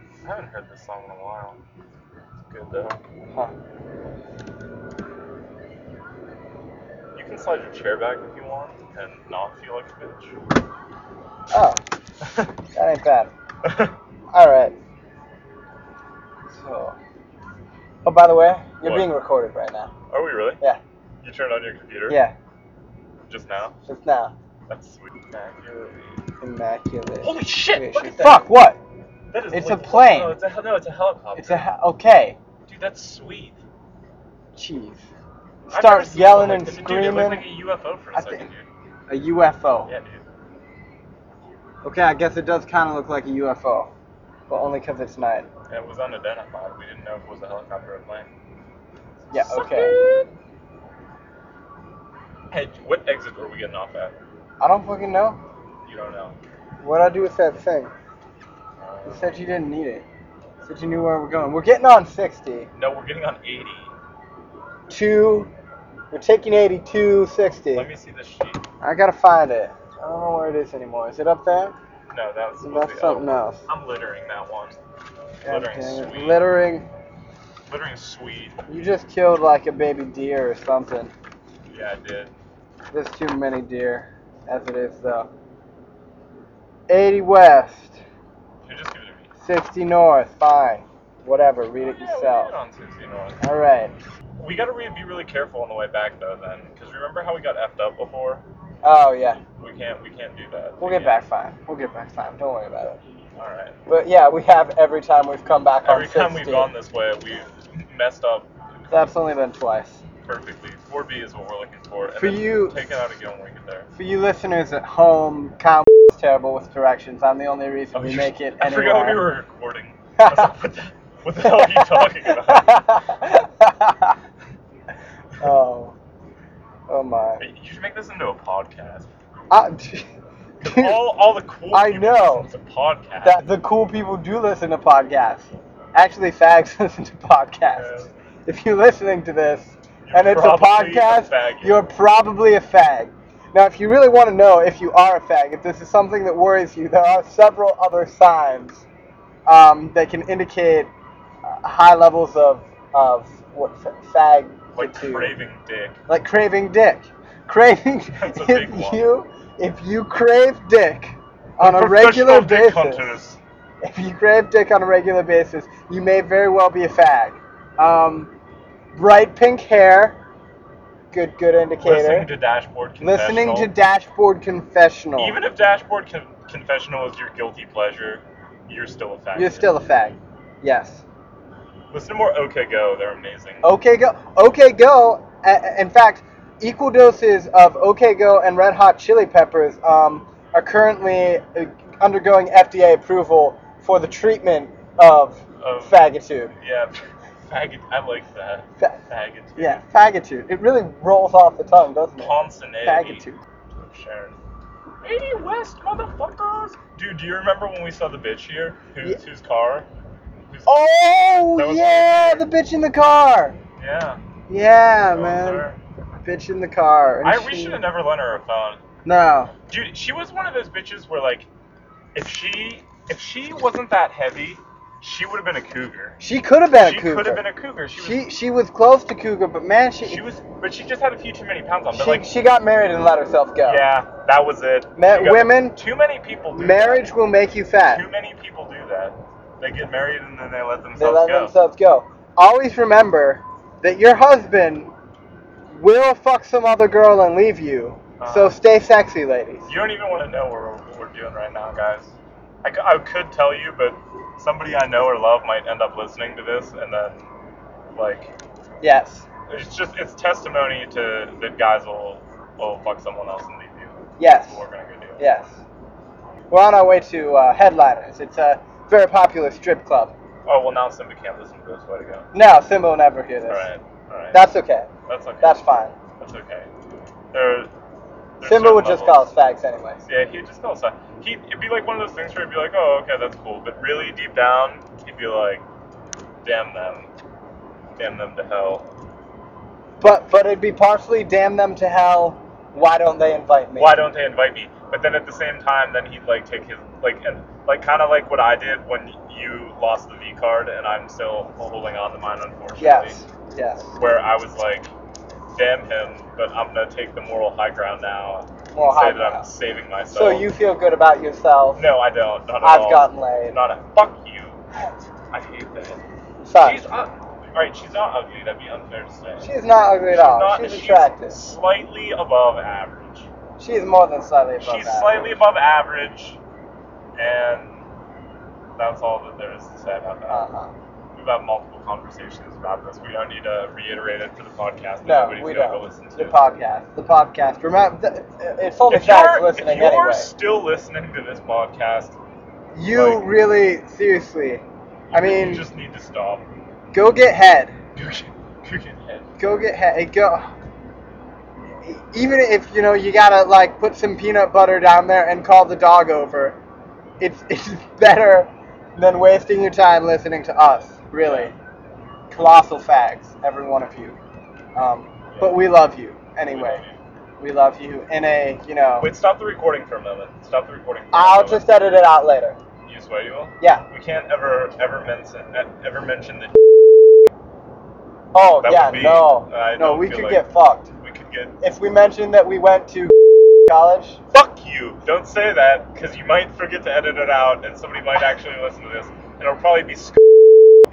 I haven't heard this song in a while. It's good though. Huh. You can slide your chair back if you want and not feel like a Oh, that ain't bad. bitch. All right. So. Oh, by the way, you're What? being recorded right now. Are we really? Yeah. You turned on your computer? Yeah. Just now? Just now. That's sweet. Immaculate. Holy shit! creation. Look at that. Fuck. What? That is It's like- a plane. No, it's a, hel- no, it's a helicopter. It's a ha- okay. Dude, that's sweet. Jeez. I've never Starts seen yelling one and like this. Dude, it looked screaming. like a UFO for a I second, think- dude. A UFO. Yeah, dude. Okay, I guess it does kind of look like a UFO, but only 'cause it's night. It was unidentified. We didn't know if it was a helicopter or a plane. Yeah. Okay. Sucker. Hey, what exit were we getting off at? I don't fucking know. You don't know. What I do with that thing? Uh, You said you didn't need it. You said you knew where we're going. We're getting on 60. no, we're getting on 80. Two. We're taking 82, 60. Let me see the sheet. I gotta find it. I don't know where it is anymore. Is it up there? No, that was supposed to That's be. Oh, something else. I'm littering that one. God Littering damn it. sweet. Littering. Littering sweet. You just killed like a baby deer or something. Yeah, I did. There's too many deer as it is though. 80 west, You just give it to me. 60 north. Fine. Whatever. Read it Yeah, we did yourself. on 60 North. All right. We gotta re- be really careful on the way back though, then, because remember how we got effed up before? Oh yeah. We can't, we can't do that. We'll We get can't- back fine. We'll get back fine. Don't worry about it. All right. But yeah, we have every time we've come back Every on time 60. we've gone this way, we've messed up That's only been twice. perfectly. 4B is what we're looking for. And For then you- take it out again when we get there. For you listeners at home, Kyle is terrible with directions. I'm the only reason we you- make it Oh, I anywhere. forgot we were recording. I was like, what, the, what the hell are you talking about? oh, oh my. Hey, You should make this into a podcast. I, 'Cause all, all the cool I people know. listen to podcasts. that the cool people do listen to podcasts. Actually, fags listen to podcasts. Yeah. If you're listening to this You're and it's a probably a podcast, faggot. you're probably a fag. Now, if you really want to know if you are a fag, if this is something that worries you, there are several other signs um, that can indicate uh, high levels of of what fa- fag like fatigue craving dick. like craving dick. Craving That's a big if one. you if you crave dick on a Professional regular dick basis. hunters. If you crave dick on a regular basis, you may very well be a fag. Um, bright pink hair, good good indicator. Listening to Dashboard Confessional. Listening to Dashboard Confessional. Even if Dashboard Con- Confessional is your guilty pleasure, you're still a faggot. You're still a fag. Yes. Listen to more OK Go. They're amazing. OK Go. OK Go. a- a- In fact, equal doses of OK Go and Red Hot Chili Peppers um, are currently uh, undergoing FDA approval for the treatment of Of- faggitude. Yeah, faggot. I like that. Fa- Faggot. Yeah, faggitude. It really rolls off the tongue, doesn't it? Ponsonate. Faggitude. Sharon. 80 West, motherfuckers! Dude, do you remember when we saw the bitch here? Who's, Yeah. whose car? Whose- That Oh was- yeah, the bitch in the car. Yeah. Yeah, that was man. her. Bitch in the car. and I, we she- should have never lent her a phone. No. Dude, she was one of those bitches where, like, if she if she wasn't that heavy, she would have been a cougar. She could have been she a cougar. could have been a cougar. She was, She she was close to cougar, but man, she she was, but she just had a few too many pounds on. But she, like, she got married and let herself go. yeah, that was it. Ma- You got- women- too many people. Do Marriage will make you That. fat. Too many people do that. They get married and then they let themselves They let go. themselves go. Always remember that your husband will fuck some other girl and leave you. Uh-huh. So stay sexy, ladies. You don't even want to know what we're, what we're doing right now, guys. I, c- I could tell you, but somebody I know or love might end up listening to this, and then, like, Yes. it's just it's testimony to that guys will will fuck someone else and leave you. Yes. We're gonna go do it. Yes. We're on our way to uh, Headliners. It's a very popular strip club. Oh well, now Simba can't listen to this. Way to go. No, Simba will never hear this. All right, all right. That's okay. that's okay. That's fine. That's okay. There, there's Simba certain would just call levels. us fags anyways. Yeah, he'd just call us. that. He it'd be like one of those things where he'd be like, "Oh, okay, that's cool," but really deep down, he'd be like, "Damn them, damn them to hell. But but it'd be partially damn them to hell. Why don't they invite me? Why don't they invite me?" But then at the same time, then he'd like take his like, and like kind of like what I did when you lost the V card, and I'm still holding on to mine, unfortunately. Yes. Yes. Where I was like, damn him, but I'm gonna take the moral high ground now. Moral and say high that I'm ground. saving myself. So you feel good about yourself. No, I don't. Not at I've all. gotten laid. Not a fuck you. I hate that. Sorry. She's ugly. All right, she's not ugly. That'd be unfair to say. She's not ugly at all. not- she's attractive. Slightly above average. She's more than slightly above she's that. slightly above average, and that's all that there is to say about that. Uh-huh. We've had multiple conversations about this. We don't need to reiterate it for the podcast. that No, nobody's we gonna don't. Go listen to The podcast. The uh, podcast. Remember, th- it's only if you're, fags listening if you're anyway. still listening to this podcast, You like- really, seriously. I mean, you just need to stop. go get head. Head. Go get head. Go. Even if you know you gotta like put some peanut butter down there and call the dog over, it's it's better than wasting your time listening to us. Really, colossal fags, every one of you. Um, But we love you anyway. We love you in a you know. Wait, stop the recording for a moment. Stop the recording. For a I'll moment. just edit it out later. You swear you will? Yeah. We can't ever ever mention e, ever mention that Oh That yeah, would be- no, I no, don't we feel could like- get fucked we could get. if we mentioned that we went to college. Fuck you! Don't say that because you might forget to edit it out, and somebody might actually listen to this, and it'll probably be sc-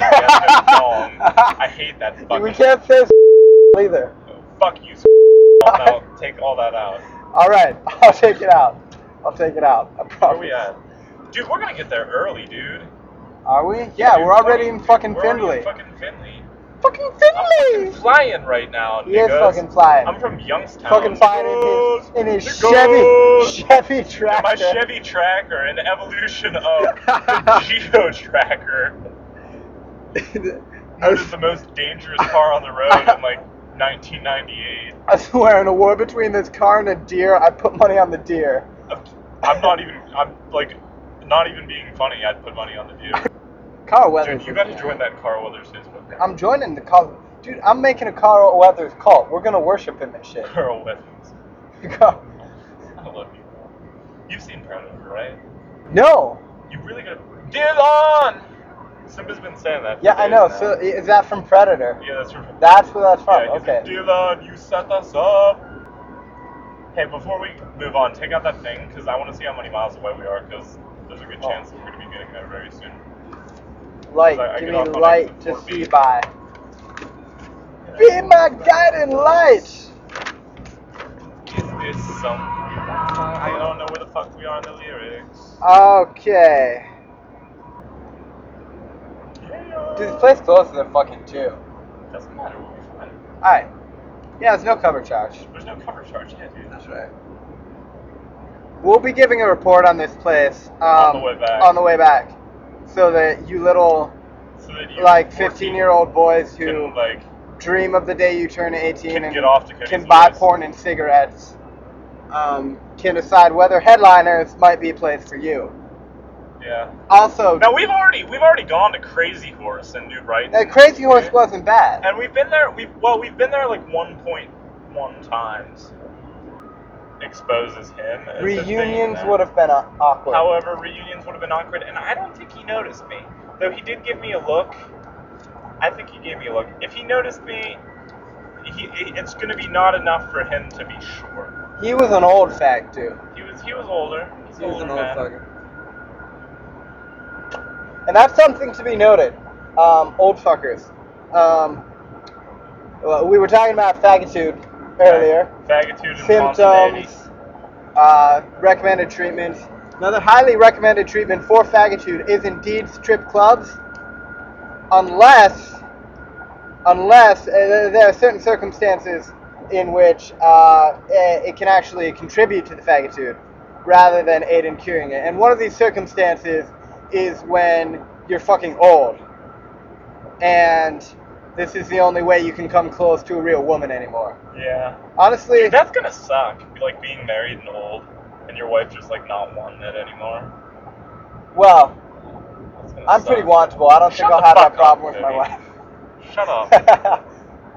random song. I hate that fucking. we can't say either. Fuck you. s- I'll now take all that out. All right, I'll take it out. I'll take it out. I Where promise. we at? Dude, we're gonna get there early, dude. Are we? Yeah, Dude, we're already in dude, fucking we're already Findlay. in Fucking Findlay. Fucking I'm fucking Findlay. flying right now, He is niggas. fucking flying. I'm from Youngstown. Fucking flying in his, Niggas, in his niggas. Chevy Chevy Yeah, my tractor. Chevy Tracker, an evolution of the Geo Tracker. That is the most dangerous car on the road in like 1998. I swear, in a war between this car and a deer, I put money on the deer. I'm- I'm not even. I'm like, not even being funny. I'd put money on the deer. Carl Weathers. Dude, you got to join that Carl Weathers Facebook. group. I'm joining the cult. Dude, I'm making a Carl Weathers cult. We're gonna worship him and shit. Carl Weathers. Carl- I love you. You've seen Proud Over, right? no. You really got to get on. Simba's been saying that. for Yeah, I days know. now. So is that from Predator? yeah, that's from. That's where that's from. Yeah, he's Oh, okay. like, Dylan, you set us up. Hey, before we move on, take out that thing because I want to see how many miles away we are because there's a good Oh. chance we're going to be getting there very soon. Light, I- I give get me off on it light to before see being- by. Be my guiding light. Is this some? I don't know where the fuck we are in the lyrics. Uh, Okay. Dude, this place closer than fucking two. Doesn't matter. We'll be fine. Alright. Yeah, there's no cover charge. There's no cover charge yet, dude. right. We'll be giving a report on this place um, On the way back. on the way back, so that you little So that you like 14 15-year-old boys who can like dream of the day you turn 18 can and get off to can buy Kenny's porn and cigarettes um, can decide whether headliners might be a place for you. voice. Yeah. Also, Now we've already we've already gone to Crazy Horse in New Brighton. that Crazy Horse Okay. wasn't bad. And we've been there. We've well, we've been there like 1.1 times. Exposes him. As the thing Reunions there. would have been uh, awkward. However, reunions would have been awkward, and I don't think he noticed me. Though he did give me a look. I think he gave me a look. If he noticed me, he, it- it's going to be not enough for him to be sure. he was an old fag too. He was he was older. He's He older was an old man. fucker. And that's something to be noted, um, old fuckers. Um, well, we were talking about faggitude earlier. Faggitude and spontaneity. symptoms, uh, recommended treatments. Another highly recommended treatment for faggitude is indeed strip clubs, unless, unless uh, there there are certain circumstances in which uh, eh, it can actually contribute to the faggitude rather than aid in curing it. And one of these circumstances is when you're fucking old, and this is the only way you can come close to a real woman anymore. Yeah. Honestly, Dude, that's gonna suck. Like being married and old, and your wife just like not wanting it anymore. Well, That's gonna I'm suck. pretty wantable. I don't think Shut I'll the have that fuck up, problem with my Cody. Shut up.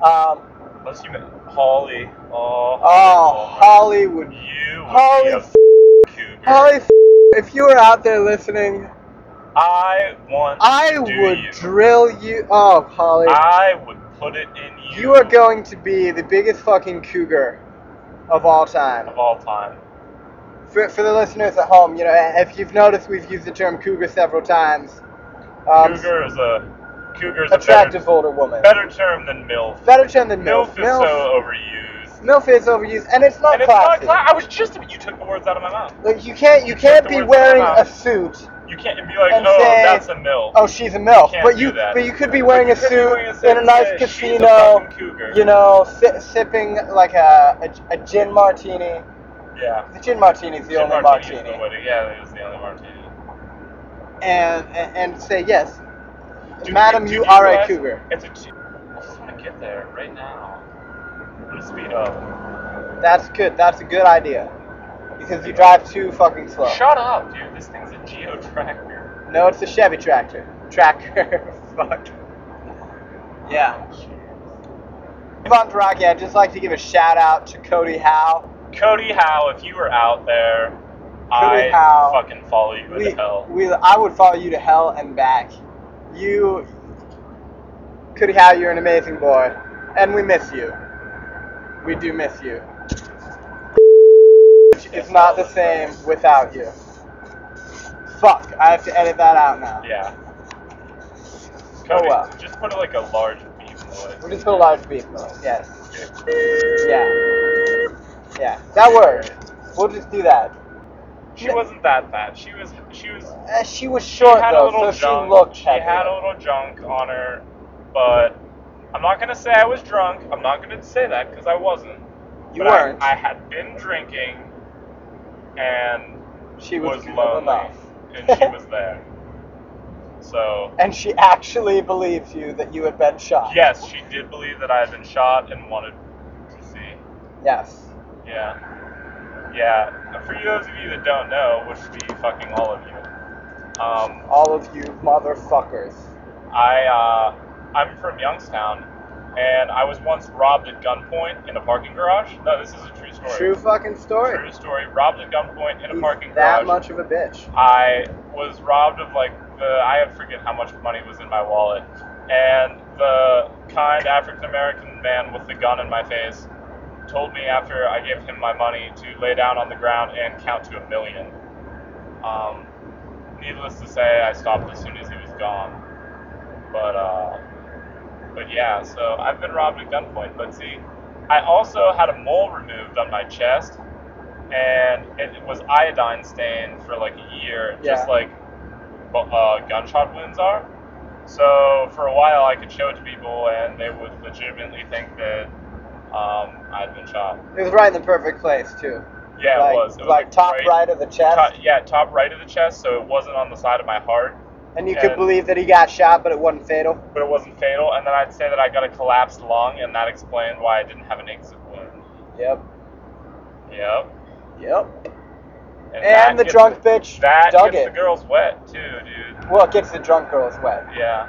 wife. um, Unless you met Holly. Oh, oh, Holly. Holly would. You would Holly be a f- cougar. Holly f- If you were out there listening, I want. I to do would You. drill you. Oh, Holly, I would put it in you. you are going to be the biggest fucking cougar of all time. of all time. for, for the listeners at home, you know, if you've noticed, we've used the term cougar several times. Um, cougar is a cougar is a better, attractive older woman. better term than milf. Better term than Milf milf. is Milf, so overused. milf is overused, and it's not and it's not. classy. Cla- I was just. You took the words out of my mouth. like you can't, you You took can't the be words wearing out a of suit. You can't be like, And oh, say- that's a milf. Oh, she's a milf, can't but do you, that. but you could be But wearing you a could be suit wearing a suit in a and nice say, "She's a casino. fucking cougar." You know, si- sipping like a, a a gin martini. yeah. The gin martini is the Jim only Martini is martini, the winner. Yeah, it was the only martini. and, and and say yes, Dude, madam, dude, you are a realize cougar. It's a two. I just want to get there right now. I'm gonna speed up. That's good. That's a good idea. Because you drive too fucking slow. Shut up, dude. This thing's a geo tractor. No, it's a Chevy tractor. Tracker. Fuck. Yeah. Move on to Rocky. I'd just like to give a shout out to Cody Howe. Cody Howe, if you were out there, Cody I Howe. fucking follow you We, into hell. we, I would follow you to hell and back. You, Cody Howe, you're an amazing boy, and we miss you. We do miss you. It's not the same without you. Fuck! I have to edit that out now. Yeah. Oh, Cody, well. just put like a large beep noise. We just put a large beep noise. Yes. Okay. Yeah. Yeah. That works. We'll just do that. She wasn't that fat. She was. She was. Uh, she was She short had a though, little so junk. she looked she heavy. had a little junk on her, but I'm not gonna say I was drunk. I'm not gonna say that because I wasn't. You But weren't. I, I had been drinking, and she was, good lonely, enough. and she was there. So and she actually believes you that you had been shot. yes, she did believe that I had been shot and wanted to see. Yes. Yeah. Yeah. For you, those of you that don't know, which would be fucking all of you, um, All of you motherfuckers. I uh, I'm from Youngstown, and I was once robbed at gunpoint in a parking garage. No, this is a true story. True fucking story. True story. Robbed at gunpoint in a He's parking that garage. much of a bitch. I was robbed of like the I forget how much money was in my wallet, and the kind African American man with the gun in my face told me after I gave him my money to lay down on the ground and count to a million. Um, needless to say, I stopped as soon as he was gone. But uh, but yeah, so I've been robbed at gunpoint. But see, I also had a mole removed on my chest, and it was iodine stained for like a year, just Yeah. like bu- uh, gunshot wounds are. So for a while, I could show it to people, and they would legitimately think that um, I'd been shot. It was right in the perfect place too. Yeah, like, it was. It was like a top great- right of the chest, Top, yeah, top right of the chest, so it wasn't on the side of my heart, and you could and- believe that he got shot, but it wasn't fatal. but it wasn't fatal. And then I'd say that I got a collapsed lung, and that explained why I didn't have an exit wound. Yep. Yep. Yep. And, And, that the gets- drunk bitch That dug gets it. the girls wet too, dude. well, it gets the drunk girls wet. Yeah.